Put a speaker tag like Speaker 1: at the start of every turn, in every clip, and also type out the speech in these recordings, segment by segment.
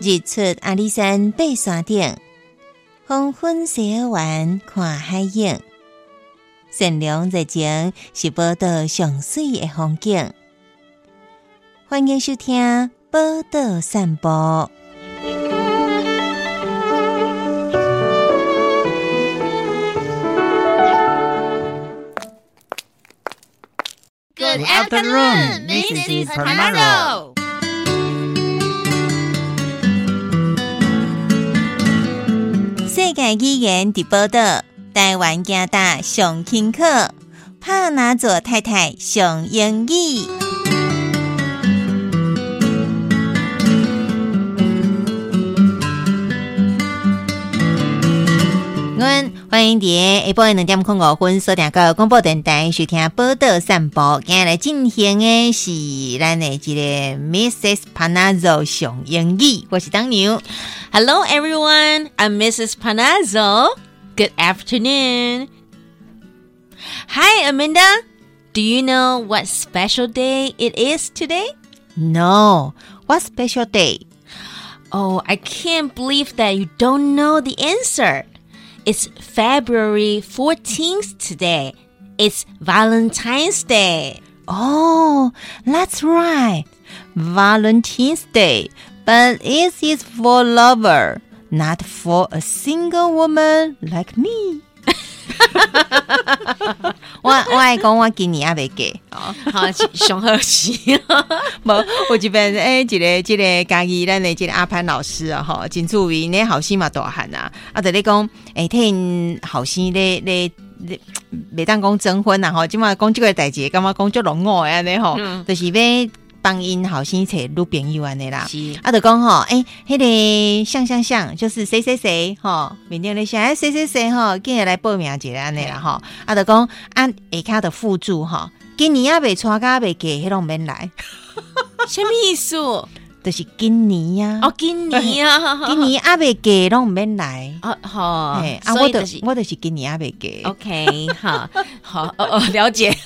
Speaker 1: 日出阿里山爬山顶，黄昏西尔湾看海影。善良热情是报道上水的风景。欢迎收听《报道散步》。
Speaker 2: Good afternoon, Mrs. Tamaro.
Speaker 1: 世界语言直报道，台湾加大上轻课，帕拿佐太太上英语。阮欢迎伫下晡两点零五分收听到广播电台收听报道散步，今日来进行的是咱的一个 Mrs. Panazzo 上英语，我是当牛。
Speaker 2: Hello, everyone. I'm Mrs. Panazzo. Good afternoon. Hi, Amanda. Do you know what special day it is today?
Speaker 1: No, what special day?
Speaker 2: Oh, I can't believe that you don't know the answer. It's February 14th today. It's Valentine's Day.
Speaker 1: Oh, that's right. Valentine's Day. But it is for lover, not for a single woman like me. 我我爱讲我今年也袂嫁，
Speaker 2: 好，熊二喜。
Speaker 1: 无有一边诶，一个一个家己咱的一个阿潘老师啊，吼，真注名呢后生嘛大汉啊，啊，就咧讲诶，替因后生咧咧咧，袂当讲征婚啊，吼，即嘛讲即个代志，感觉讲足龙我安尼吼，
Speaker 2: 嗯
Speaker 1: 就是要帮因后生找女朋友安尼啦。
Speaker 2: 是
Speaker 1: 啊，就讲吼，诶、迄、个像像像，就是谁谁谁吼，缅甸咧写，哎，谁谁谁吼，今日来报名一个安尼
Speaker 2: 嗯
Speaker 1: 啦吼，啊，就讲按下骹的附注吼，今年啊袂娶甲袂嫁，迄拢免来，
Speaker 2: 什么意思？哦，
Speaker 1: 就是今年呀、啊，
Speaker 2: 今年啊，
Speaker 1: 今年啊袂嫁拢毋免来，
Speaker 2: 啊，好
Speaker 1: 嘿，，啊，
Speaker 2: 所
Speaker 1: 我
Speaker 2: 以
Speaker 1: 就
Speaker 2: 就是哦
Speaker 1: 我就是今年啊袂嫁，
Speaker 2: OK，好，好，哦哦，Oh, 了解。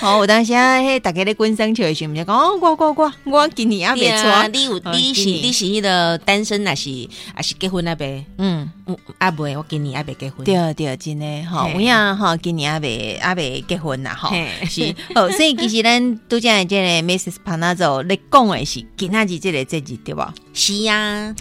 Speaker 1: 吼、有当时啊，迄大家咧滚生笑的时候，毋是讲，哦，我我我我今年啊
Speaker 2: 对
Speaker 1: 袂
Speaker 2: 啊，
Speaker 1: 娶，
Speaker 2: 你有
Speaker 1: 哦
Speaker 2: 你是
Speaker 1: 今年
Speaker 2: 你是迄个单身，还是还是结婚那边？
Speaker 1: 嗯。
Speaker 2: 嗯，阿伯，我今年阿伯结婚。
Speaker 1: 对对，真的吼，
Speaker 2: 嘿
Speaker 1: 有影吼，今年也未也未结婚啦吼
Speaker 2: 嘿，
Speaker 1: 是，哦，所以其实咱拄则的即个 Mrs. Panazzo 咧讲的是今仔日即个节日对无
Speaker 2: 是啊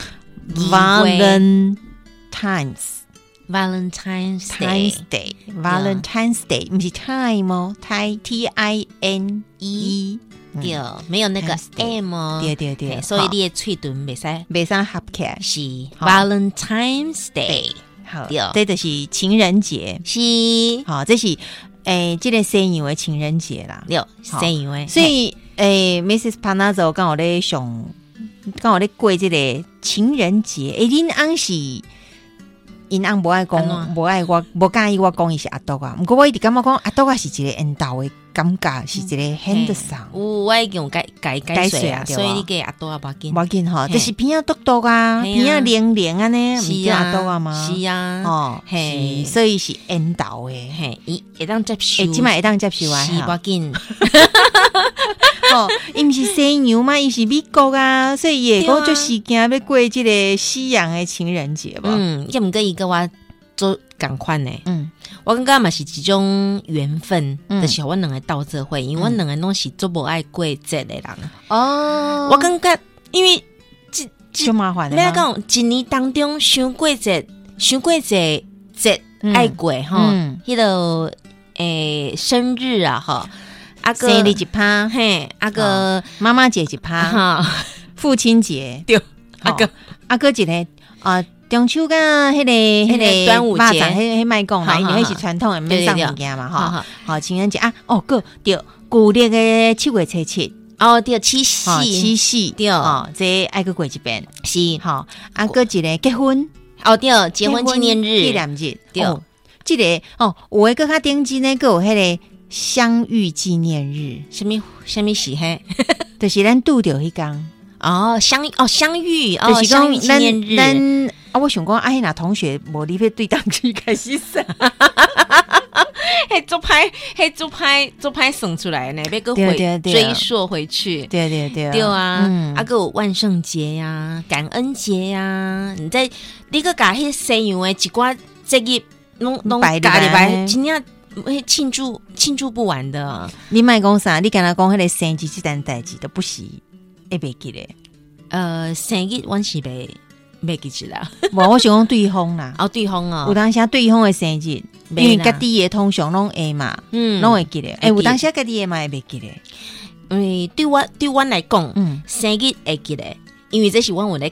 Speaker 1: Valentine's
Speaker 2: ，Valentine's Day
Speaker 1: Times。Day Valentine's Day，毋是 time 哦，T T I N E，嗯
Speaker 2: 对，没有那个
Speaker 1: Times Day
Speaker 2: M 哦。
Speaker 1: 对对对，
Speaker 2: 嘿所以
Speaker 1: 吼
Speaker 2: 你的喙唇袂使
Speaker 1: 袂使合起来，
Speaker 2: 是
Speaker 1: 好
Speaker 2: Valentine's Day，
Speaker 1: 好
Speaker 2: 对，
Speaker 1: 这就是情人节，
Speaker 2: 是
Speaker 1: 好，这是诶，即个西洋的情人节啦。
Speaker 2: 六
Speaker 1: 好
Speaker 2: 三位，
Speaker 1: 所以诶、m r s Panazzo 刚好咧上，刚好咧过即个情人节。诶、恁翁是因翁无爱
Speaker 2: 安
Speaker 1: 讲，
Speaker 2: 怎
Speaker 1: 无爱我，无介意我讲伊是阿多啊。毋过我一直感觉讲阿多啊是一个缘投的感觉，是一个
Speaker 2: 嗯嘿
Speaker 1: handsome。
Speaker 2: 有我已经有改改
Speaker 1: 改
Speaker 2: 改
Speaker 1: 水
Speaker 2: 水
Speaker 1: 啊
Speaker 2: 啊，
Speaker 1: 对
Speaker 2: 所以
Speaker 1: 吧
Speaker 2: 你给阿多阿爸紧
Speaker 1: 无。要紧吼，
Speaker 2: 嘿
Speaker 1: 就是边啊嘟嘟啊，
Speaker 2: 嘿啊
Speaker 1: 边啊零零安尼，毋是
Speaker 2: 是
Speaker 1: 阿
Speaker 2: 啊，
Speaker 1: 多啊吗？
Speaker 2: 是啊，
Speaker 1: 哦，
Speaker 2: 嘿
Speaker 1: 是所以是缘投的。
Speaker 2: 嘿，伊会当接受，
Speaker 1: 诶，即摆会当接受啊，
Speaker 2: 是
Speaker 1: 哈
Speaker 2: 要紧，
Speaker 1: 哦， 伊毋是西洋嘛，伊是美国啊，所以也讲
Speaker 2: 对啊
Speaker 1: 就是惊要过即个西洋的情人节吧。
Speaker 2: 嗯，要毋过伊个我做共款呢，
Speaker 1: 嗯
Speaker 2: 我感觉嘛是一种缘分，
Speaker 1: 嗯
Speaker 2: 就是阮两个斗做伙，因为阮两个拢是做无爱过节的人，
Speaker 1: 哦
Speaker 2: 我感觉因为
Speaker 1: 就麻烦的吗，
Speaker 2: 要讲一年当中伤过节，伤过节节
Speaker 1: 嗯
Speaker 2: 爱过吼
Speaker 1: 嗯，
Speaker 2: 迄个诶生日啊吼，阿哥
Speaker 1: 生日哦啊一 趴，
Speaker 2: 嘿，阿哥
Speaker 1: 妈妈节一趴，
Speaker 2: 哈，
Speaker 1: 父亲节
Speaker 2: 对，
Speaker 1: 阿
Speaker 2: 阿
Speaker 1: 哥
Speaker 2: 啊哥
Speaker 1: 阿哥一个啊。中秋甲迄个、迄个
Speaker 2: 个端午节
Speaker 1: 肉粽迄迄卖讲啦，
Speaker 2: 好
Speaker 1: 因为
Speaker 2: 好
Speaker 1: 迄是
Speaker 2: 好
Speaker 1: 传统的，免
Speaker 2: 对对
Speaker 1: 送
Speaker 2: 对
Speaker 1: 物件嘛，
Speaker 2: 哈
Speaker 1: 吼。
Speaker 2: 哈
Speaker 1: 好，情人节啊，哦，个对，旧历的七月初七，
Speaker 2: 哦对，七夕
Speaker 1: 吼，七夕，
Speaker 2: 对
Speaker 1: 哦，这爱个过一遍，
Speaker 2: 夕
Speaker 1: 吼，啊，个一个结婚，
Speaker 2: 哦对，结婚纪念
Speaker 1: 纪
Speaker 2: 日，
Speaker 1: 念日，
Speaker 2: 对
Speaker 1: 哦，这个哦，有诶，搁较顶级呢，搁有迄个相遇纪念日，
Speaker 2: 什么什么喜嘿？
Speaker 1: 就是咱拄着迄工，
Speaker 2: 哦，相遇哦，相遇哦，
Speaker 1: 就是
Speaker 2: 相遇纪念
Speaker 1: 咱
Speaker 2: 日，
Speaker 1: 咱啊，我想讲，哎、啊，那同学无你要对当去开始算，
Speaker 2: 嘿，做拍，嘿，做拍，做拍送出来呢，别个
Speaker 1: 对
Speaker 2: 回
Speaker 1: 对对
Speaker 2: 追溯回去。
Speaker 1: 对对对，
Speaker 2: 对啊，
Speaker 1: 嗯
Speaker 2: 啊，，还有万圣节呀、感恩节呀、你在你个甲迄西洋的一寡节日，拢拢
Speaker 1: 摆入
Speaker 2: 加入
Speaker 1: 来
Speaker 2: 来，真正会庆祝庆祝不完的。
Speaker 1: 你卖讲啥？你敢若讲迄个生日即件代志都不是会袂记咧。
Speaker 2: 呃，生日阮是袂袂记起啦，
Speaker 1: 无，我想讲对方啦，
Speaker 2: 哦，对方
Speaker 1: 有
Speaker 2: 哦，
Speaker 1: 当时啊对方的生日，因
Speaker 2: 袂
Speaker 1: 为
Speaker 2: 啦
Speaker 1: 家己的通常拢会嘛，
Speaker 2: 嗯
Speaker 1: 拢会记咧。诶，有
Speaker 2: 会记
Speaker 1: 当时啊家己的嘛会袂记咧。
Speaker 2: 因为对我对我来讲，
Speaker 1: 嗯，
Speaker 2: 生日会记得，因为这是阮有咧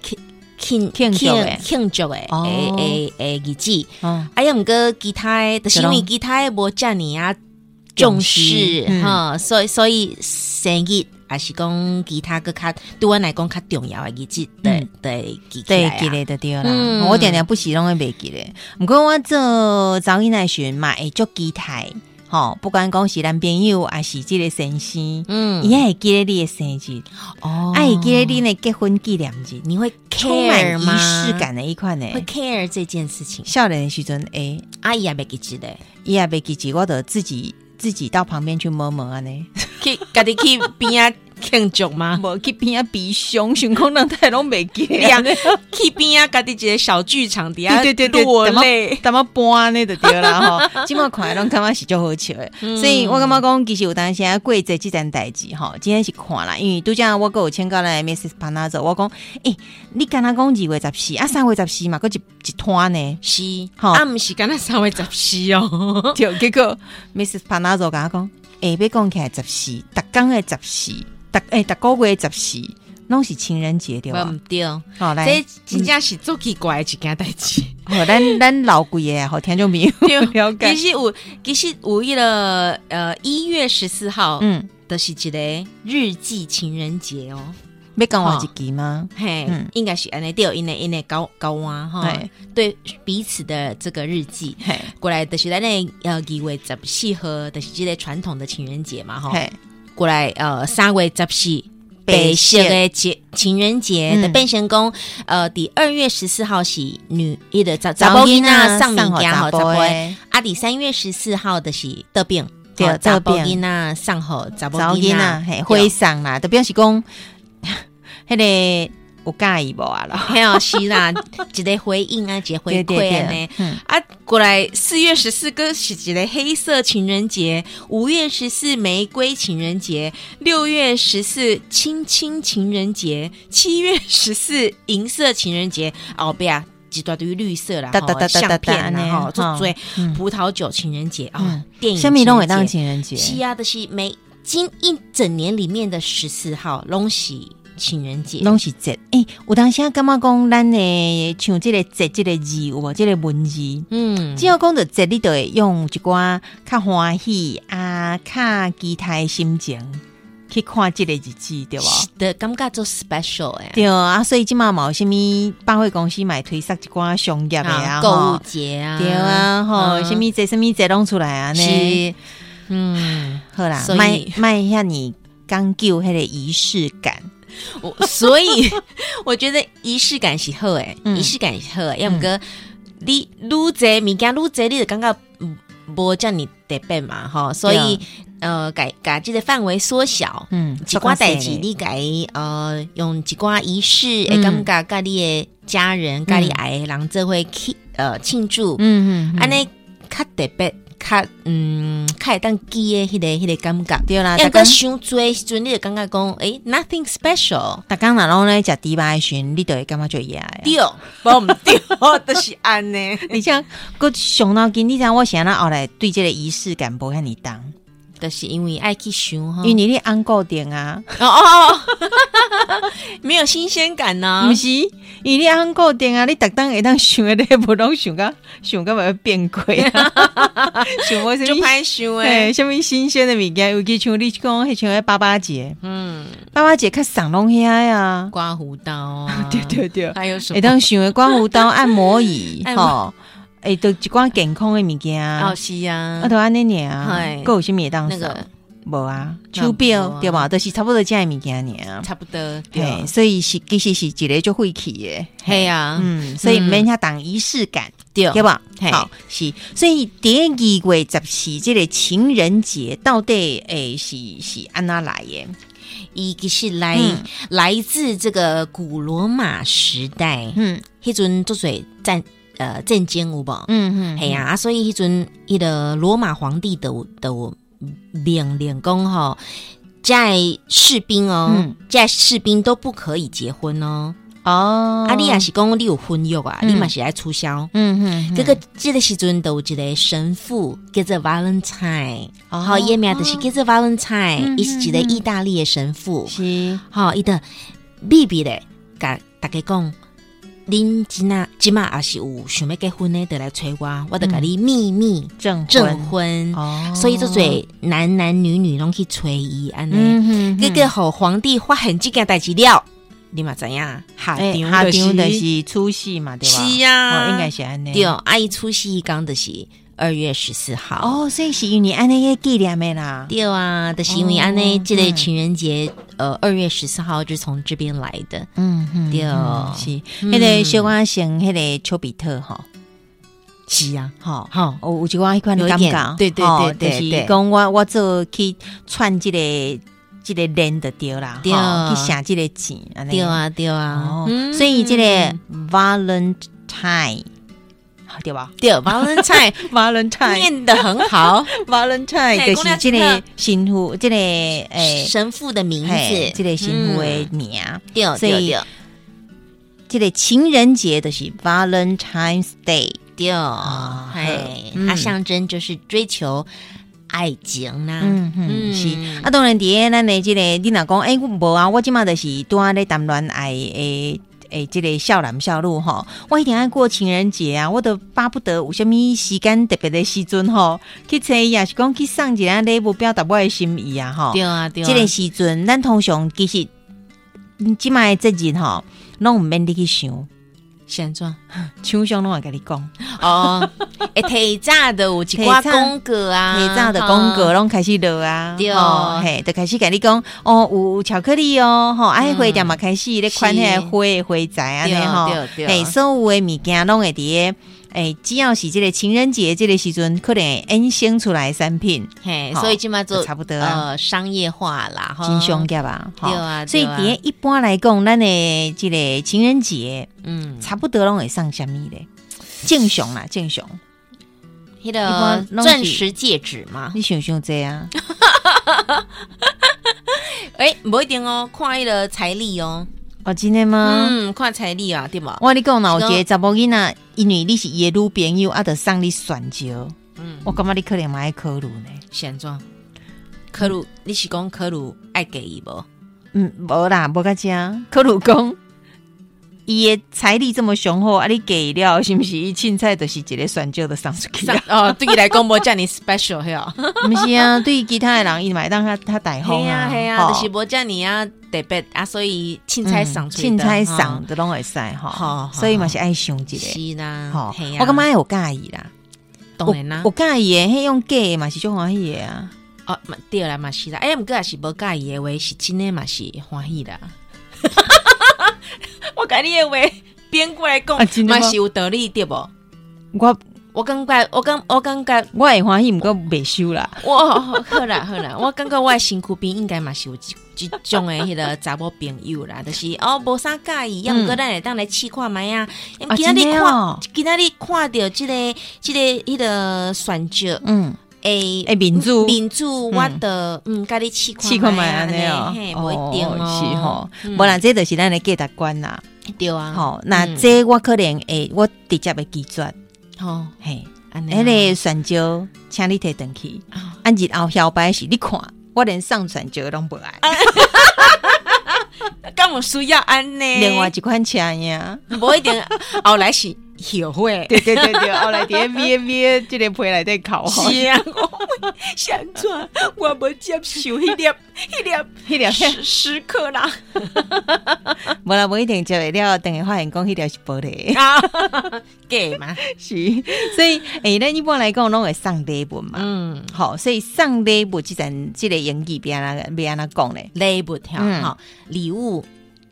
Speaker 2: 庆
Speaker 1: 庆
Speaker 2: 庆
Speaker 1: 祝的
Speaker 2: 庆祝的
Speaker 1: 哦
Speaker 2: 诶诶诶日子。
Speaker 1: 哦，
Speaker 2: 啊，要毋过其他的，就是因为其他的无遮尔啊
Speaker 1: 重
Speaker 2: 重视
Speaker 1: 视嗯
Speaker 2: 哈、所以所以生日也是讲其他个较对阮来讲较重要的日子，对
Speaker 1: 嗯
Speaker 2: 对记起
Speaker 1: 对
Speaker 2: 来，啊
Speaker 1: 记，咧就对啦。
Speaker 2: 嗯
Speaker 1: 我定定不时拢会袂记咧。毋过我做早起来巡嘛会足期待，吼、不管讲是男朋友还是即个先生，伊
Speaker 2: 嗯，
Speaker 1: 也会记咧你的生日，
Speaker 2: 哦
Speaker 1: 啊，会记咧你的结婚纪念日，
Speaker 2: 你会
Speaker 1: 充满
Speaker 2: care
Speaker 1: 仪
Speaker 2: 吗？
Speaker 1: 式，感的一款呢。
Speaker 2: 会 care 这件事情，
Speaker 1: 少年的时阵会。
Speaker 2: 阿姨也袂记记得，
Speaker 1: 伊也袂记记，我得自己自己到旁边去摸摸安尼，
Speaker 2: 去家己去边啊庆祝吗？
Speaker 1: 无去边啊比熊，想讲人太拢袂记
Speaker 2: 对啊，去边啊家己一个小剧场底下
Speaker 1: 对对对对
Speaker 2: 落
Speaker 1: 怎么
Speaker 2: 泪，
Speaker 1: 怎么搬呢就对 啦吼，即满看拢感觉是足好笑的，
Speaker 2: 嗯
Speaker 1: 所以我感觉讲其实有当时啊过节即件代志吼，真天是看啦，因为拄则我还有请教咱的 Mrs. Panazzo，我讲诶、你敢若讲二月十四啊，三月十四嘛，搁一一摊呢。
Speaker 2: 是，
Speaker 1: 好
Speaker 2: 啊，毋是敢若三月十四哦。
Speaker 1: 对，结果 Mrs. Panazzo 甲我讲，下要讲起来十四，逐工的十四，逐诶逐个月的十四，拢是情人节对
Speaker 2: 我
Speaker 1: 吧
Speaker 2: 毋？对，
Speaker 1: 好来，
Speaker 2: 嗯这真正是做奇怪的一件代 志。
Speaker 1: 好，咱咱老贵诶，好听众朋友 了
Speaker 2: 其
Speaker 1: 解。
Speaker 2: 实有，其实有迄个呃一月十四号，
Speaker 1: 嗯，
Speaker 2: 就是一个日记情人节哦。
Speaker 1: 要讲我一集吗？
Speaker 2: 嘿
Speaker 1: 嗯，
Speaker 2: 应该是安尼对，因为因为高高啊哈
Speaker 1: 哎，
Speaker 2: 对彼此的这个日记。
Speaker 1: 嘿，
Speaker 2: 过来就是咱的呃二月十四号，就是这个传统的情人节嘛哈。
Speaker 1: 嘿，
Speaker 2: 过来呃三月十四。
Speaker 1: 白
Speaker 2: 白
Speaker 1: 色
Speaker 2: 色的节情人节
Speaker 1: 嗯
Speaker 2: 的变成讲，呃，第二月十四号是女伊的早
Speaker 1: 查某
Speaker 2: 早囡仔
Speaker 1: 囡仔送
Speaker 2: 上名
Speaker 1: 给
Speaker 2: 家
Speaker 1: 查
Speaker 2: 好
Speaker 1: 甫
Speaker 2: 查甫的
Speaker 1: 的
Speaker 2: 啊，第三月十四号的是得病，
Speaker 1: 对哦
Speaker 2: 好
Speaker 1: 得
Speaker 2: 查甫
Speaker 1: 病
Speaker 2: 囡仔上好查甫
Speaker 1: 早
Speaker 2: 囡
Speaker 1: 囡
Speaker 2: 仔
Speaker 1: 仔，嘿， 会送啦，就表示讲， 迄个有介意无啊啦？
Speaker 2: 还有哦是啦，一个回应啊，一个回
Speaker 1: 对对
Speaker 2: 馈
Speaker 1: 对
Speaker 2: 啊呢。
Speaker 1: 嗯
Speaker 2: 啊，过来四月十四个是一个黑色情人节，五月十四玫瑰情人节，六月十四亲亲情人节，七月十四银色情人节，后壁啊，一大堆绿色啦，
Speaker 1: 哒哒
Speaker 2: 吼
Speaker 1: 哒哒哒
Speaker 2: 相
Speaker 1: 哒
Speaker 2: 片
Speaker 1: 安尼
Speaker 2: 啦，吼，
Speaker 1: 吼
Speaker 2: 做做
Speaker 1: 嗯
Speaker 2: 葡萄酒情人节啊
Speaker 1: 嗯，
Speaker 2: 电影
Speaker 1: 虾米拢会
Speaker 2: 情人
Speaker 1: 当
Speaker 2: 节
Speaker 1: 情人节？
Speaker 2: 是啊，就是每今一整年里面的十四号拢是情人节，
Speaker 1: 拢是节。诶、有当时啊感觉讲咱诶，像即个节即个字有无？即、个文字。
Speaker 2: 嗯，
Speaker 1: 只要讲到节，你就会用一寡较欢喜啊、较期待的心情去看即个日子，对无？
Speaker 2: 是的感觉做 special 哎、
Speaker 1: 对啊，所以即嘛有啥物百货公司买推塞一寡商业的啊，
Speaker 2: 购
Speaker 1: 吼
Speaker 2: 物节啊，
Speaker 1: 对啊，吼，
Speaker 2: 嗯
Speaker 1: 啥物节啥物节拢出来啊呢？
Speaker 2: 是，嗯，
Speaker 1: 好啦，
Speaker 2: 所以
Speaker 1: 卖卖遐你讲究迄个仪式感，
Speaker 2: 我所以 我觉得仪式感是好诶，
Speaker 1: 嗯
Speaker 2: 仪式感是好的，要么哥，你愈这物件愈这，你就感觉嗯无遮尔特别嘛吼，所以
Speaker 1: 啊
Speaker 2: 呃，改改即个范围缩小。
Speaker 1: 嗯，
Speaker 2: 一寡代志，
Speaker 1: 细
Speaker 2: 你该呃用一寡仪式，会感觉甲你的家人、甲你爱的人做伙庆呃庆祝，
Speaker 1: 嗯嗯，
Speaker 2: 安
Speaker 1: 安尼
Speaker 2: 尼较特别，较嗯，较会当记诶迄个迄个感觉。
Speaker 1: 对啦，大
Speaker 2: 要个
Speaker 1: 家
Speaker 2: 想做的时阵，你就感觉讲，诶，nothing special，
Speaker 1: 大家若拢咧食猪排巡，你就会感觉就野啊诶。
Speaker 2: 对，无毋对，就是安尼，
Speaker 1: 你像个上脑筋，你知影我想到后来对这个仪式感无遐尼重，
Speaker 2: 就是因为爱去想哈
Speaker 1: 因，为你咧按固定啊，
Speaker 2: 哦哦，哦没有新鲜感呢
Speaker 1: 毋，是，因为你按固定啊，你逐当会当想的咧，无拢想到想到要变贵啊， 想无什
Speaker 2: 就
Speaker 1: 么。
Speaker 2: 歹想
Speaker 1: 哎，
Speaker 2: 诶，
Speaker 1: 什么新鲜的物件，尤其像你讲，迄像迄爸爸节，
Speaker 2: 嗯，
Speaker 1: 爸爸节较送拢遐呀，，
Speaker 2: 刮胡刀啊
Speaker 1: 对对对，
Speaker 2: 还有什
Speaker 1: 会
Speaker 2: 么？，
Speaker 1: 当想的刮胡刀、按摩椅
Speaker 2: 按摩
Speaker 1: 吼，会都一寡健康的物件，
Speaker 2: 嗯哦，
Speaker 1: 啊，
Speaker 2: 是啊，
Speaker 1: 都安尼尔，
Speaker 2: 嗨
Speaker 1: 还有啥物会当
Speaker 2: 那
Speaker 1: 送？
Speaker 2: 个
Speaker 1: 无啊，
Speaker 2: 那
Speaker 1: 手
Speaker 2: 无
Speaker 1: 表
Speaker 2: 啊
Speaker 1: 对吧？都是差不多这样物件尔。
Speaker 2: 差不多对
Speaker 1: 嘿，，啊所以是其实是一个就晦气的，
Speaker 2: 嘿啊，
Speaker 1: 嗯，所以免遐当仪式感，
Speaker 2: 对
Speaker 1: 对吧？
Speaker 2: 嘿
Speaker 1: 好是，所以第二月十四这个情人节到底诶是是安那来的？
Speaker 2: 伊其实来、
Speaker 1: 嗯
Speaker 2: 来自这个古罗马时代，
Speaker 1: 嗯
Speaker 2: 迄阵做水战呃战争有无？
Speaker 1: 嗯
Speaker 2: 系啊，啊所以迄阵迄个罗马皇帝都都命令讲吼，在士兵哦
Speaker 1: 嗯，
Speaker 2: 在、士兵都不可以结婚哦。
Speaker 1: 哦
Speaker 2: 啊，你也是讲你有婚约啊，
Speaker 1: 嗯
Speaker 2: 你嘛是来促销。
Speaker 1: 嗯嗯
Speaker 2: 这个这个时阵都有一个神父叫做 Valentine，好，伊名就是叫做 Valentine，
Speaker 1: 哦嗯
Speaker 2: 伊是一个
Speaker 1: 嗯嗯
Speaker 2: 意大利的神父。
Speaker 1: 是
Speaker 2: 吼，伊的秘密咧，甲大家讲，恁即那即马也是有想要结婚的，得来催我，我得甲你秘密
Speaker 1: 证
Speaker 2: 证婚，
Speaker 1: 哦
Speaker 2: 所以做侪男男女女拢去催伊安尼。
Speaker 1: 嗯
Speaker 2: 这个互皇帝发现即件代志了，你嘛知影？下
Speaker 1: 哎，
Speaker 2: 场
Speaker 1: 下
Speaker 2: 就
Speaker 1: 场就是是出戏嘛，对吧？
Speaker 2: 是啊
Speaker 1: 哦应该是安尼。
Speaker 2: 对，阿姨出席讲的是二月十四号。
Speaker 1: 哦，所以是因为安尼个纪念的啦。
Speaker 2: 对啊，就是因为安尼，
Speaker 1: 哦
Speaker 2: 这个
Speaker 1: 嗯
Speaker 2: 情人节，呃，二月十四号就是从这边来的。
Speaker 1: 嗯嗯
Speaker 2: 对
Speaker 1: 嗯是
Speaker 2: 嗯
Speaker 1: 迄个小可像迄个丘比特吼，
Speaker 2: 是啊，
Speaker 1: 吼。
Speaker 2: 好、
Speaker 1: 哦，有一寡迄款
Speaker 2: 有
Speaker 1: 的
Speaker 2: 一
Speaker 1: 感觉，
Speaker 2: 点对对
Speaker 1: 吼
Speaker 2: 对对
Speaker 1: 就
Speaker 2: 对
Speaker 1: 是讲我我做去串即个即个链的对啦，
Speaker 2: 对
Speaker 1: 吼去写即个钱，安尼
Speaker 2: 对，啊，对啊，
Speaker 1: 哦
Speaker 2: 嗯，
Speaker 1: 所以即个 Valentine 好对吧
Speaker 2: 对 Valentine
Speaker 1: ？Valentine
Speaker 2: 念的很 好，
Speaker 1: Valentine
Speaker 2: 嘿
Speaker 1: 就
Speaker 2: 讲
Speaker 1: 是
Speaker 2: 了
Speaker 1: 即
Speaker 2: 真的
Speaker 1: 个新妇，即个诶，
Speaker 2: 神父的名字
Speaker 1: 哎嘿，即个新妇的
Speaker 2: 嗯
Speaker 1: 名，
Speaker 2: 对
Speaker 1: 所以
Speaker 2: 对
Speaker 1: 即个情人节就是 Valentine's Day。
Speaker 2: 对对，
Speaker 1: 啊
Speaker 2: 哎，
Speaker 1: 嗯
Speaker 2: 它象征就是追求爱情呐，
Speaker 1: 嗯嗯
Speaker 2: 嗯
Speaker 1: 是啊，当然伫诶咱诶即个你若讲，诶、我无啊，我即满就是拄啊咧谈恋爱诶。诶，即个少男少女吼，我一定爱过情人节啊！我都巴不得有啥物时间特别的时阵吼，去找伊啊，是讲去送一个礼物表达我的心意啊吼。
Speaker 2: 对啊对啊，
Speaker 1: 即个时阵，咱通常其实嗯即摆的节日吼，拢毋免你去想，
Speaker 2: 现状
Speaker 1: 想想拢会甲你讲，
Speaker 2: 哦，哎，提早的有一寡
Speaker 1: 提早
Speaker 2: 广告啊，
Speaker 1: 提早的
Speaker 2: 哈
Speaker 1: 广告，拢开始落啊，
Speaker 2: 对
Speaker 1: 吼嘿，就开始甲你讲哦，有有巧克力哦，吼，啊，迄花店嘛开始咧款
Speaker 2: 是
Speaker 1: 迄个花的花材安尼
Speaker 2: 嗯对
Speaker 1: 吼
Speaker 2: 对，对
Speaker 1: 嘿，所有的物件拢会伫诶，诶，只要是即个情人节即个时阵，可能会衍生出来的产品，
Speaker 2: 嘿，
Speaker 1: 好
Speaker 2: 所以今嘛
Speaker 1: 就
Speaker 2: 做
Speaker 1: 差不多啊，
Speaker 2: 呃商业化啦，哈
Speaker 1: 真商，业吧，吼
Speaker 2: 对啊，
Speaker 1: 所以
Speaker 2: 对啊
Speaker 1: 伫诶一般来讲，咱的即个情人节
Speaker 2: 嗯，
Speaker 1: 差不多拢会送什物咧？正常啦，正常，
Speaker 2: 那
Speaker 1: 般
Speaker 2: 个
Speaker 1: 拢是
Speaker 2: 钻石戒指嘛，
Speaker 1: 你想想这啊，
Speaker 2: 哎，不一定哦，看迄个财力哦。
Speaker 1: 哦，真的 吗？
Speaker 2: 嗯，看财力啊，对吧？
Speaker 1: 我跟你讲啦，有
Speaker 2: 是
Speaker 1: 一个查某囡仔，因为你是伊的女朋友，啊，得送你选招，
Speaker 2: 嗯，
Speaker 1: 我感觉你可能嘛爱考虑呢。
Speaker 2: 现状。科鲁，你是讲科鲁爱给伊 无？
Speaker 1: 嗯，无啦，无甲啊遮考虑讲，伊的财力这么雄厚，啊，你给了是毋是？伊凊彩就是一个选招的送出去啊。
Speaker 2: 哦，对伊来讲无遮尔 special 嘿哦。
Speaker 1: 毋是啊，对于其他的人，伊买当他他大 方
Speaker 2: 嘿
Speaker 1: 啊，
Speaker 2: 啊嘿啊，
Speaker 1: 吼嗯
Speaker 2: 就是无遮尔啊特别啊，所以凊彩送出去
Speaker 1: 凊
Speaker 2: 的
Speaker 1: 彩
Speaker 2: 哈
Speaker 1: 送的拢会使吼
Speaker 2: 好，
Speaker 1: 所以嘛是爱想一个。
Speaker 2: 是啦，
Speaker 1: 吼
Speaker 2: 嘿啊，
Speaker 1: 我感觉有介意啦，
Speaker 2: 当然啦
Speaker 1: 有，介意的，迄用假的嘛是足欢喜的啊。
Speaker 2: 哦，嘛对啦嘛是啦，哎，毋过也是无介意的话，是真诶嘛是欢喜 啦。我甲你诶话编过来讲
Speaker 1: 啊真，的吗
Speaker 2: 嘛是有道理对无？
Speaker 1: 我
Speaker 2: 我感觉，我感我感觉
Speaker 1: 我会欢喜，毋过袂收啦。
Speaker 2: 我好啦好啦，我感觉我的身躯边应该嘛是有即即种的迄个查某朋友 啦，就是哦无啥介意，要毋过咱会当来试看觅啊。
Speaker 1: 嗯啊
Speaker 2: 今仔日
Speaker 1: 真的哦
Speaker 2: 看，今仔日看着即个即个迄个选择
Speaker 1: 嗯，
Speaker 2: 诶
Speaker 1: 诶，民主
Speaker 2: 嗯民主，我的嗯，甲你试看
Speaker 1: 试看
Speaker 2: 觅
Speaker 1: 卖
Speaker 2: 啊
Speaker 1: 安尼哦
Speaker 2: 嘿，，无
Speaker 1: 哦
Speaker 2: 一定哦，
Speaker 1: 是吼，
Speaker 2: 嗯
Speaker 1: 无啦，这就是咱的价值观啦。
Speaker 2: 对啊，
Speaker 1: 吼，那
Speaker 2: 嗯
Speaker 1: 这我可能会我直接会拒绝，
Speaker 2: 吼，
Speaker 1: 嘿，
Speaker 2: 安尼
Speaker 1: 迄
Speaker 2: 哦
Speaker 1: 个选招，请你摕转去，
Speaker 2: 啊
Speaker 1: 按日后小白是你看，我连上选招拢无爱，
Speaker 2: 敢有需要安尼？
Speaker 1: 另外一款车呀，
Speaker 2: 无一定，后来是学会。
Speaker 3: 对对对对，后来伫咧咩咩即个批内底哭吼，
Speaker 2: 是啊，我想怎我无接受迄 粒迄粒
Speaker 3: 迄条
Speaker 2: 时时刻啦。
Speaker 1: 无啦，无一定接会了，等下发现讲迄条是玻璃。
Speaker 2: 啊，给嘛，
Speaker 3: 是
Speaker 1: 所以，诶、咱一般来讲拢会送礼物嘛。
Speaker 2: 嗯，
Speaker 1: 好，所以送礼物即阵即个英语要安怎要安怎讲咧？
Speaker 2: 礼物条
Speaker 1: 嗯
Speaker 2: 哈，礼物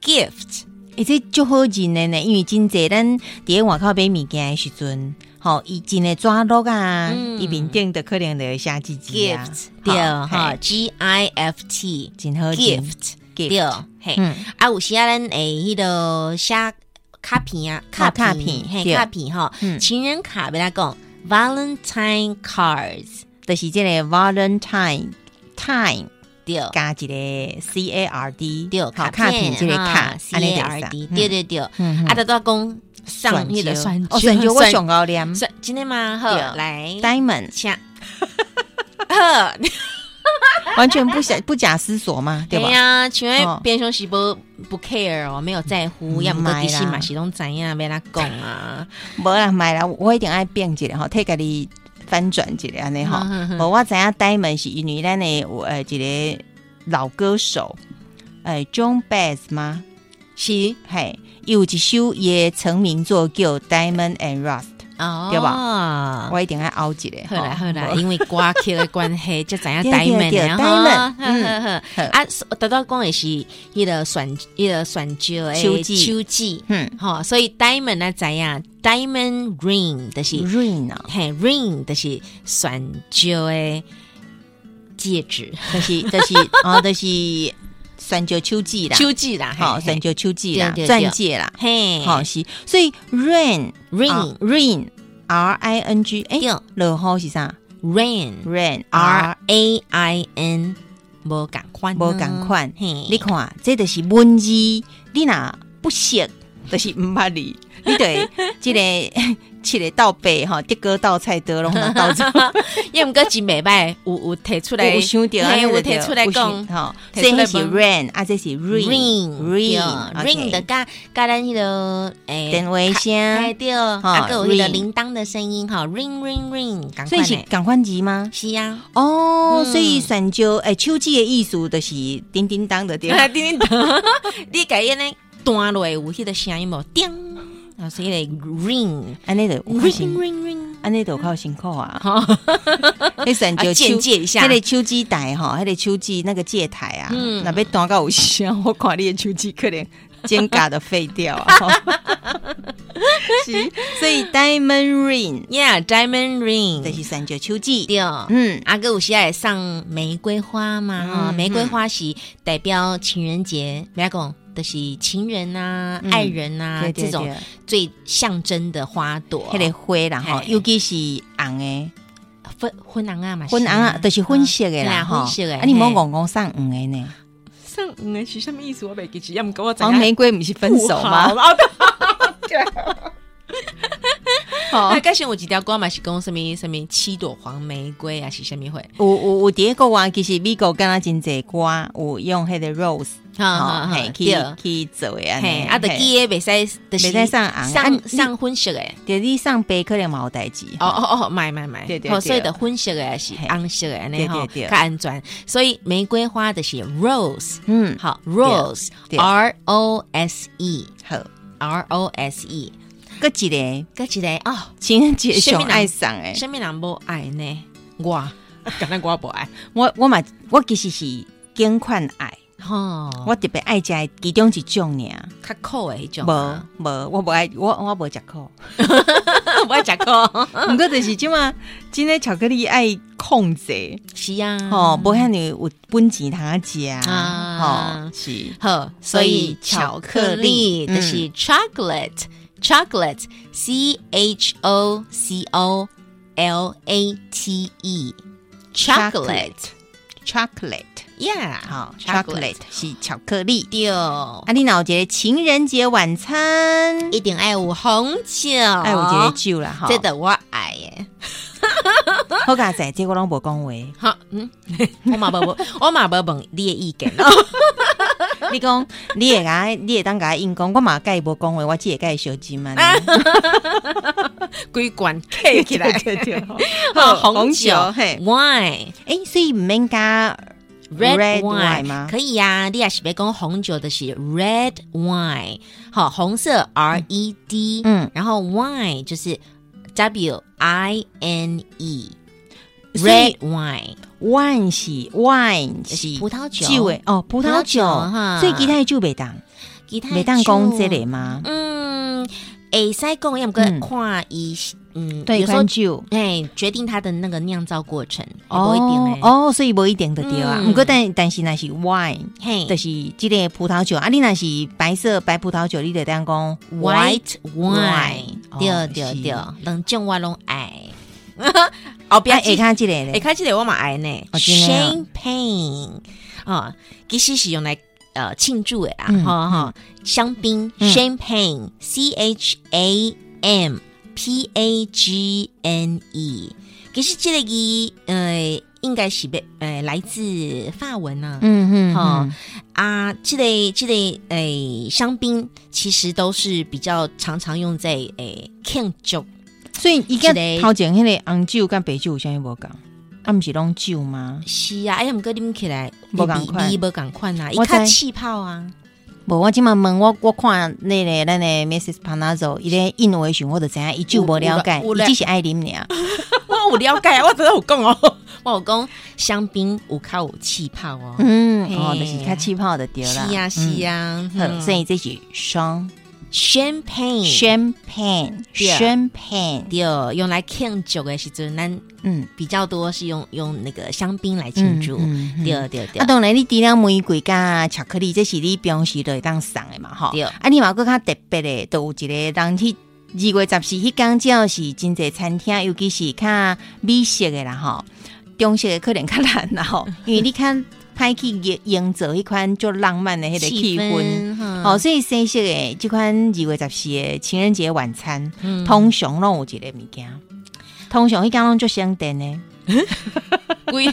Speaker 2: gift，
Speaker 1: 诶、这足好认的呢，因为真济咱伫咧外口买物件的时阵，吼、伊真诶纸落啊，
Speaker 2: 嗯
Speaker 1: 伊、面顶的可能就会写字字啊
Speaker 2: gift，
Speaker 1: 好
Speaker 2: 对哈
Speaker 1: 嘿
Speaker 2: ，G I F T
Speaker 1: 真好认
Speaker 2: gift，
Speaker 1: gift
Speaker 2: 对，嘿，
Speaker 1: 嗯，
Speaker 2: 啊，有时啊，咱诶，迄个写卡片啊，
Speaker 1: 哦
Speaker 2: 卡
Speaker 1: 卡
Speaker 2: 片
Speaker 1: 片，
Speaker 2: 嘿，
Speaker 1: 对
Speaker 2: 卡片吼，
Speaker 1: 嗯
Speaker 2: 情人卡要来讲，Valentine cards，
Speaker 1: 就是即个 Valentine time
Speaker 2: 对。
Speaker 1: 加一个 C A R D，
Speaker 2: 对，啊
Speaker 1: 好卡片即个卡
Speaker 2: ，C
Speaker 1: 安尼
Speaker 2: A
Speaker 1: 就
Speaker 2: R
Speaker 1: 会使
Speaker 2: D，
Speaker 1: 嗯
Speaker 2: 对对对，啊，
Speaker 1: 嗯
Speaker 2: 大家讲上迄
Speaker 1: 蒜
Speaker 2: 个酸
Speaker 1: 椒哦，蒜椒我上高念
Speaker 2: 蒜真的吗？好，
Speaker 1: 对
Speaker 2: 来，
Speaker 1: Diamond
Speaker 2: 请，呵，
Speaker 1: 完全不想不假思索嘛，对
Speaker 2: 对
Speaker 1: 吧？
Speaker 2: 哎呀，请问
Speaker 1: 哦
Speaker 2: 边兄是不不 care 哦，没有在乎，
Speaker 1: 嗯
Speaker 2: 要么
Speaker 1: 不
Speaker 2: 其
Speaker 1: 知
Speaker 2: 实
Speaker 1: 啦
Speaker 2: 嘛是拢怎样，要他讲 啊，
Speaker 1: 无啦，买啦，我一定爱变一个吼，替家己翻转一个安尼 吼。
Speaker 2: 嗯嗯嗯
Speaker 1: 无我知影 Diamond 是因为咱的有呃一个老歌手，呃 John Bass 吗？
Speaker 2: 是
Speaker 1: 嘿，伊有一首伊的成名作叫《Diamond and Rust
Speaker 2: 哦，
Speaker 1: 对
Speaker 2: 吧》，
Speaker 1: 我一定爱凹一个。
Speaker 2: 好啦
Speaker 1: 吼
Speaker 2: 好啦，
Speaker 1: 无
Speaker 2: 因为歌曲的关系，就怎样
Speaker 1: 哦 对
Speaker 2: 呆
Speaker 1: 对
Speaker 2: 门
Speaker 1: 对
Speaker 2: 然
Speaker 1: 呆
Speaker 2: 后
Speaker 1: 门
Speaker 2: 呵呵
Speaker 1: 嗯
Speaker 2: 呵
Speaker 1: 好
Speaker 2: 啊，达到讲的是迄个选迄个选椒的
Speaker 1: 手指
Speaker 2: 手指
Speaker 1: 嗯
Speaker 2: 吼、所以 diamond 啊怎样？diamond ring 就是
Speaker 1: ，Rain 啊，
Speaker 2: 嘿 ring 就是选椒的戒 指、
Speaker 1: 就是就是哦，就是算叫秋季啦，
Speaker 2: 手指啦，
Speaker 1: 好，
Speaker 2: 嘿
Speaker 1: 算叫秋季啦，
Speaker 2: 对对对
Speaker 1: 钻戒啦，
Speaker 2: 嘿，
Speaker 1: 好是，所以 Rain 啊
Speaker 2: ring
Speaker 1: Rain R I N G 哎
Speaker 2: 对，
Speaker 1: 落雨是啥？
Speaker 2: rain
Speaker 1: rain r，
Speaker 2: r a i n 无共款，啊
Speaker 1: 无同款
Speaker 2: 嘿，
Speaker 1: 你 看，这就是文字，你若不识，就是毋捌字， 你对即个 七个倒背 吼，德哥倒菜刀拢拿倒走，
Speaker 2: 要毋过真袂歹，有有提出来，
Speaker 1: 有想 到
Speaker 2: 嘿
Speaker 1: 安尼就
Speaker 2: 有
Speaker 1: 对
Speaker 2: 提出来
Speaker 1: 有想
Speaker 2: 讲
Speaker 1: 吼，
Speaker 2: 提
Speaker 1: 所以
Speaker 2: 出来
Speaker 1: 那是
Speaker 2: 讲
Speaker 1: rain 啊，这是
Speaker 2: ring
Speaker 1: rain
Speaker 2: ring 的甲甲咱迄个诶
Speaker 1: 电。话
Speaker 2: 哎
Speaker 1: 声，
Speaker 2: 对，啊，
Speaker 1: 哦
Speaker 2: 个有迄个
Speaker 1: ring
Speaker 2: 铃铛的声音哈，ring ring ring，赶
Speaker 1: 所
Speaker 2: 快
Speaker 1: 以是
Speaker 2: 呢，
Speaker 1: 共款字吗？
Speaker 2: 是呀，
Speaker 1: 哦，
Speaker 2: 嗯
Speaker 1: 所以选就诶，手指的意思就是叮叮当的对了。
Speaker 2: 叮叮当， 你改安尼断落有迄个声音无？叮，啊，是迄个 ring
Speaker 1: 安尼的，
Speaker 2: ring ring ring，
Speaker 1: 安尼就有靠辛苦啊。
Speaker 2: 好，
Speaker 1: 迄神
Speaker 2: 哦啊
Speaker 1: 就
Speaker 2: 简介一下
Speaker 1: 迄个手机台吼，迄个手机那个借台啊，
Speaker 2: 嗯
Speaker 1: 若要单到有时啊，我看你的手机可能肩胛都废掉啊。 吼是，所以 Diamond Ring
Speaker 2: ，yeah，diamond ring，
Speaker 1: 就是神就手机，
Speaker 2: 对，
Speaker 1: 嗯，
Speaker 2: 啊，哥有时会送玫瑰花嘛，哈、
Speaker 1: 嗯
Speaker 2: 玫瑰花是代表情人节，不要讲就是情人呐、
Speaker 1: 嗯
Speaker 2: 爱人呐、
Speaker 1: 对
Speaker 2: 啊这
Speaker 1: 对
Speaker 2: 种
Speaker 1: 对，
Speaker 2: 最象征的花朵。
Speaker 1: 迄个花啦吼，
Speaker 2: 嘿
Speaker 1: 尤其是红的，
Speaker 2: 婚婚郎啊嘛，
Speaker 1: 粉红啊，就是粉色的
Speaker 2: 对啊
Speaker 1: 啦吼，
Speaker 2: 粉色的
Speaker 1: 啊，你莫
Speaker 2: 嘿
Speaker 1: 讲讲送黄的呢，
Speaker 2: 上嗯是什么意思？我袂记住，要唔跟我
Speaker 1: 黄玫瑰不是分手吗？
Speaker 2: 啊，
Speaker 1: 吼
Speaker 2: 啊，刚才有一条歌嘛是讲什么什么七朵黄玫瑰啊，是什么会？
Speaker 1: 有有有第一个话，其实美国敢若真济歌有用迄个 rose
Speaker 2: 哈
Speaker 1: 吼，
Speaker 2: 哈
Speaker 1: 嘿，去
Speaker 2: 啊对，
Speaker 1: 去做的安
Speaker 2: 嘿，
Speaker 1: 尼，
Speaker 2: 啊，就
Speaker 1: 嘿
Speaker 2: 记诶，袂使，就是
Speaker 1: 袂使送红啊
Speaker 2: 上
Speaker 1: 你
Speaker 2: 上婚色诶。
Speaker 1: 就是你上杯可能嘛有代志。
Speaker 2: 哦，哦哦，买买买，
Speaker 1: 对对
Speaker 2: 哦
Speaker 1: 对
Speaker 2: 所以的婚色的是
Speaker 1: 嘿
Speaker 2: 红色的安尼
Speaker 1: 对
Speaker 2: 吼，
Speaker 1: 对对
Speaker 2: 较安全。所以玫瑰花的是 rose，
Speaker 1: 嗯，
Speaker 2: 好 rose
Speaker 1: 对
Speaker 2: R O S E
Speaker 1: 好，
Speaker 2: R O S E，
Speaker 1: 搁一个
Speaker 2: 搁一个哦，
Speaker 1: 情人节上爱送诶，
Speaker 2: 什么人无爱呢？哎我， 敢若我无爱，
Speaker 1: 我我嘛我其实是拣款爱，
Speaker 2: 吼，
Speaker 1: 我特别爱食的其中一种尔。
Speaker 2: 较苦的迄种
Speaker 1: 无
Speaker 2: 啊，
Speaker 1: 无，我无爱我我无食苦，
Speaker 2: 我爱食苦，
Speaker 1: 毋过就是即嘛，真诶巧克力爱控制，
Speaker 2: 是啊，
Speaker 1: 吼，无遐尼有本钱通啊食
Speaker 2: 啊
Speaker 1: 啊，吼是。
Speaker 2: 好，所以巧克力
Speaker 1: 嗯
Speaker 2: 就是 chocolate、chocolate c h o c o l a t e chocolate
Speaker 1: chocolate，
Speaker 2: yeah
Speaker 1: 好，chocolate 是巧克力。
Speaker 2: 对，
Speaker 1: 啊，你若有一个情人节晚餐，
Speaker 2: 一定爱有红酒，爱
Speaker 1: 爱有一个酒啦，吼
Speaker 2: 这个我爱耶。
Speaker 1: 好佳仔，这我拢无讲话，
Speaker 2: 好，嗯，我嘛无问，我嘛无问你的意见咯。
Speaker 1: 你讲，你会甲你会当甲因讲，我嘛甲伊无讲话，我只会甲伊小金 嘛。
Speaker 2: 规罐 K 啊起 来，
Speaker 3: 对对对，
Speaker 2: 啊
Speaker 3: 好
Speaker 2: 红酒
Speaker 3: 嘿，
Speaker 2: wine
Speaker 1: 诶，所以毋免加
Speaker 2: red
Speaker 1: Red
Speaker 2: wine
Speaker 1: wine 吗
Speaker 2: 可以呀、你也是别讲红酒的是 red wine，好，红色 R E D，
Speaker 1: 嗯
Speaker 2: 然后 wine 就是 W I N E，red
Speaker 1: 所以
Speaker 2: wine
Speaker 1: wine 是 wine
Speaker 2: 是
Speaker 1: 是
Speaker 2: 葡萄酒，
Speaker 1: 诶，哦，葡萄酒
Speaker 2: 葡萄酒哈，
Speaker 1: 所以其他的酒袂当
Speaker 2: 其他的
Speaker 1: 袂当讲这
Speaker 2: 酒
Speaker 1: 个吗？
Speaker 2: 嗯，会使讲，要么
Speaker 1: 嗯
Speaker 2: 看伊，嗯，
Speaker 1: 对，
Speaker 2: 有时候
Speaker 1: 款酒。
Speaker 2: 哎，决定它的那个酿造过程，也不一定
Speaker 1: 哦
Speaker 2: 哎，
Speaker 1: 哦，所以无一定的对啊。
Speaker 2: 嗯
Speaker 1: 毋过但但是若是 wine，
Speaker 2: 嘿
Speaker 1: 就是即个葡萄酒啊。你若是白色白葡萄酒，你得当讲
Speaker 2: ，white wine，
Speaker 1: wine，
Speaker 2: 对
Speaker 1: 哦
Speaker 2: 对
Speaker 1: 是
Speaker 2: 对，冷静我拢 爱，哦，不要
Speaker 1: 啊，会看即个
Speaker 2: 哎，
Speaker 1: 咧。
Speaker 2: 开这个我嘛爱呢
Speaker 1: 哦真的啊
Speaker 2: ，champagne 啊，其实是用来呃庆祝的啊，
Speaker 1: 嗯
Speaker 2: 哈哈，香槟
Speaker 1: 嗯
Speaker 2: ，champagne，c h a m p a g n e，其实这个字呃应该是被呃来自法文啊，
Speaker 1: 嗯嗯，
Speaker 2: 哦
Speaker 1: 嗯
Speaker 2: 啊，这类这类诶，香槟其实都是比较常常用在诶庆祝。
Speaker 1: 所以伊甲
Speaker 2: 一个
Speaker 1: 头前迄个红酒甲白酒有啥物无共？啊，毋是拢酒吗？
Speaker 2: 是啊，哎呀，毋过啉起来，
Speaker 1: 不同款
Speaker 2: 味无共款啊，伊
Speaker 1: 我
Speaker 2: 较
Speaker 1: 知
Speaker 2: 气 泡啊，
Speaker 1: 无，我即满问我，我看那个咱的 Mrs. Panazzo 伊咧印为时，我就知影伊酒无了解，
Speaker 2: 有有有
Speaker 1: 伊只是爱啉尔。
Speaker 2: 我有了解，
Speaker 1: 啊
Speaker 2: 我真的有讲哦， 我有讲香槟有较有气泡哦，
Speaker 1: 嗯，
Speaker 2: 嘿
Speaker 1: 哦，就是较气泡的对啦。
Speaker 2: 是啊是啊，
Speaker 1: 嗯。好所以这是双嗯
Speaker 2: champagne
Speaker 1: champagne
Speaker 2: 对
Speaker 1: champagne，
Speaker 2: 对，用来庆祝的时阵，咱
Speaker 1: 嗯，
Speaker 2: 比较多是用用那个香槟来庆
Speaker 1: 庆
Speaker 2: 祝
Speaker 1: 祝，。
Speaker 2: 对对
Speaker 1: 嗯
Speaker 2: 对
Speaker 1: 啊，，当然你除了玫瑰加巧克力，这是你平时就会当送的嘛，吼。
Speaker 2: 对
Speaker 1: 啊，你嘛搁较特别的，都有一个人去二月十四迄天，只要是真侪餐厅，尤其是较美式的啦，吼，中式的可能较难啦， 吼，因为你看歹去营营造迄款就浪漫的迄个气氛。
Speaker 2: 氛嗯
Speaker 1: 哦，，所以西式的即款二月十四的情人节晚餐，
Speaker 2: 嗯
Speaker 1: 通常拢有一个物件，通常迄天拢就相等的，
Speaker 2: 规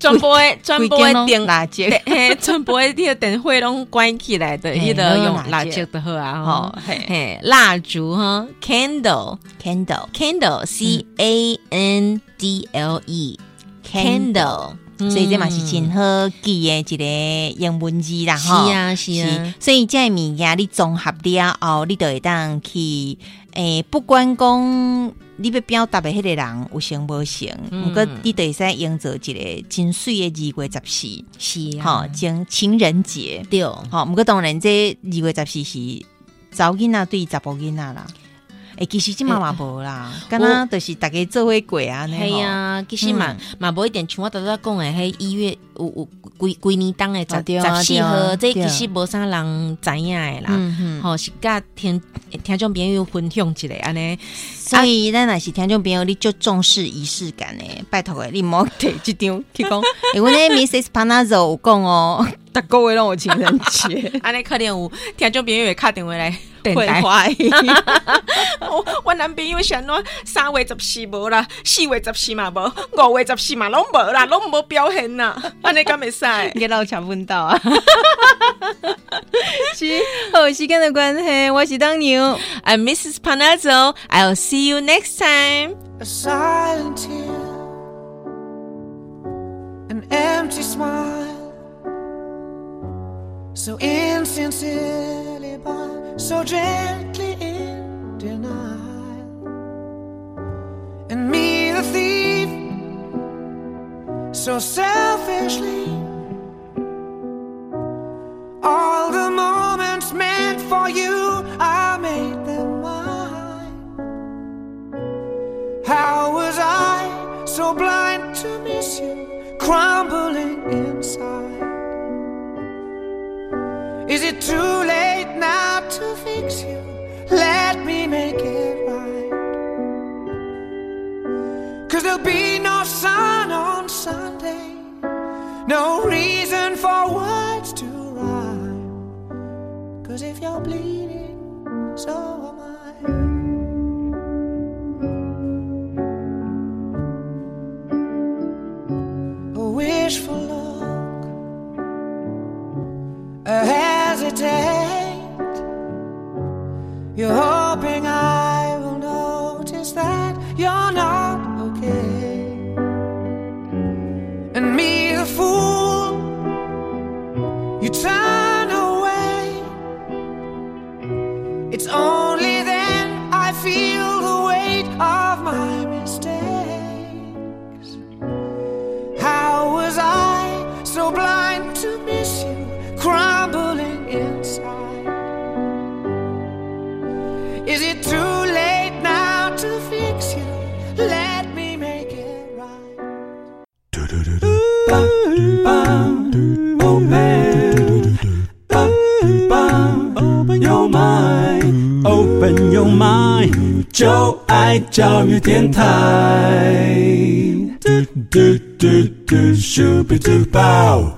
Speaker 2: 全部的全部
Speaker 1: 规间
Speaker 2: 的
Speaker 1: 拢
Speaker 2: 电
Speaker 1: 垃圾。
Speaker 2: 电嘿，全部的迄个灯火拢关 起来的，
Speaker 1: 嘿
Speaker 2: 迄个
Speaker 1: 拢
Speaker 2: 用
Speaker 1: 用
Speaker 2: 蜡
Speaker 1: 蜡
Speaker 2: 烛
Speaker 1: 烛
Speaker 2: 的好啊，
Speaker 1: 哦
Speaker 2: 吼，，嘿，蜡烛哈，candle
Speaker 1: candle
Speaker 2: candle c a n d l e candle，
Speaker 1: 所以这嘛是真
Speaker 2: 嗯
Speaker 1: 好记的一个英文字啦，
Speaker 2: 是
Speaker 1: 吼。
Speaker 2: 啊是啊，
Speaker 1: 所以这物件你综合了后，你就会当去诶，不管讲你要表达的迄个人有成无成，
Speaker 2: 嗯
Speaker 1: 毋过你就会使营造一个真水的二月十四，
Speaker 2: 是
Speaker 1: 吼，
Speaker 2: 啊，
Speaker 1: 情情人节，
Speaker 2: 对，
Speaker 1: 吼，毋过当然这二月十四是查某囡仔对查甫囡仔啦。诶，其实即嘛嘛无啦，敢若就是逐个做伙过啊，尼
Speaker 2: 系
Speaker 1: 吼。
Speaker 2: 啊，其实
Speaker 1: 嗯
Speaker 2: 嘛嘛无一点像我头头讲的，迄一月有有规规年当的
Speaker 1: 啊对啊
Speaker 2: 十十四
Speaker 1: 对啊
Speaker 2: 号，
Speaker 1: 对
Speaker 2: 这其
Speaker 1: 啊
Speaker 2: 实无啥人知影的啦。
Speaker 1: 嗯嗯
Speaker 2: 吼、是甲听听众朋友分享一下安 尼，
Speaker 1: 所以咱若是听众朋友，你就重视仪式感诶，拜托诶，你莫摕即张去 讲。诶，阮诶 Mrs. Panazzo 有讲哦，逐个月拢有情人节，
Speaker 2: 安尼可能有听众朋友会敲电话来电
Speaker 1: 会
Speaker 2: 台。
Speaker 1: 坏。
Speaker 2: 我我男朋友是安怎三月十四无啦，四月十四嘛无，五月十四嘛拢无啦，拢无表现啦，安尼敢袂使？
Speaker 3: 给老抢问到 啊！是，好时间的关系，我是当牛。
Speaker 2: I'm Mrs. Panazzo. I'll see you next time.
Speaker 4: a silent tear, an empty smile, so insincerely, but so gently in denial, and me the thief, so selfishly. All the moments meant for you, I made them mine. How was I so blind to miss you crumbling inside? Is it too late now to fix you? Let me make it right. Cause there'll be no sun on Sunday, no reason for words to rhyme. Cause if you're bleeding, so am I. a wishful look,
Speaker 5: Open your mind, open your mind，就爱教育电台。嘟嘟嘟嘟，Super Duper。